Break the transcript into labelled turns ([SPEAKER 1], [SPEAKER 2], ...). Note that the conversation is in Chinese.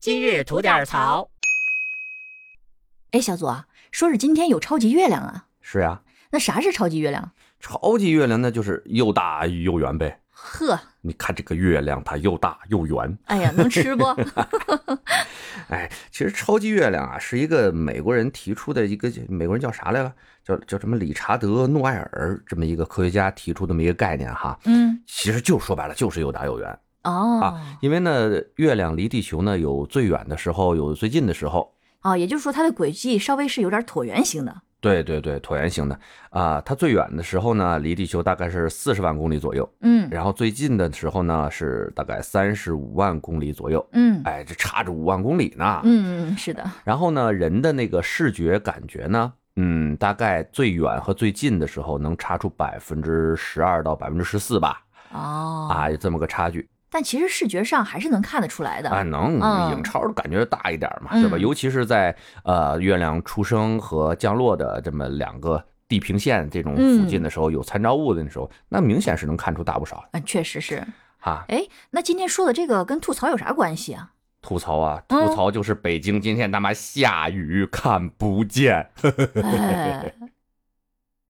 [SPEAKER 1] 今日吐点槽。
[SPEAKER 2] 哎，小左，说是今天有超级月亮啊？
[SPEAKER 3] 是呀、
[SPEAKER 2] 那啥是超级月亮？
[SPEAKER 3] 超级月亮那就是又大又圆呗。
[SPEAKER 2] 呵，
[SPEAKER 3] 你看这个月亮，它又大又圆。
[SPEAKER 2] 哎呀，能 吃不？
[SPEAKER 3] 哎，其实超级月亮啊，是一个美国人提出的一个美国人叫啥来了？叫叫什么理查德·诺埃尔这么一个科学家提出这么一个概念哈。
[SPEAKER 2] 嗯，
[SPEAKER 3] 其实就说白了，就是又大又圆。
[SPEAKER 2] 哦，
[SPEAKER 3] 因为呢，月亮离地球呢有最远的时候，有最近的时候。
[SPEAKER 2] 哦，也就是说它的轨迹稍微是有点椭圆形的。
[SPEAKER 3] 对对对，椭圆形的啊、它最远的时候呢，离地球大概是四十万公里左右，
[SPEAKER 2] 嗯
[SPEAKER 3] 然后最近的时候呢是大概三十五万公里左右。
[SPEAKER 2] 嗯
[SPEAKER 3] 哎，这差着五万公里呢。
[SPEAKER 2] 嗯，是的，
[SPEAKER 3] 然后呢，人的那个视觉感觉呢，嗯，大概最远和最近的时候能差出百分之十二到百分之十四吧，
[SPEAKER 2] 哦，
[SPEAKER 3] 啊，有这么个差距
[SPEAKER 2] 但其实视觉上还是能看得出来的。
[SPEAKER 3] 啊，能
[SPEAKER 2] 嗯
[SPEAKER 3] 影超感觉大一点嘛，对吧？
[SPEAKER 2] 嗯
[SPEAKER 3] 尤其是在呃月亮出生和降落的这么两个地平线这种附近的时候，有参照物的时候，那明显是能看出大不少
[SPEAKER 2] 嗯，确实 是。
[SPEAKER 3] 啊。
[SPEAKER 2] 哎，那今天说的这个跟吐槽有啥关系啊？
[SPEAKER 3] 吐槽啊，
[SPEAKER 2] 嗯
[SPEAKER 3] 吐槽就是北京今天他妈下雨看不见，
[SPEAKER 2] 哎，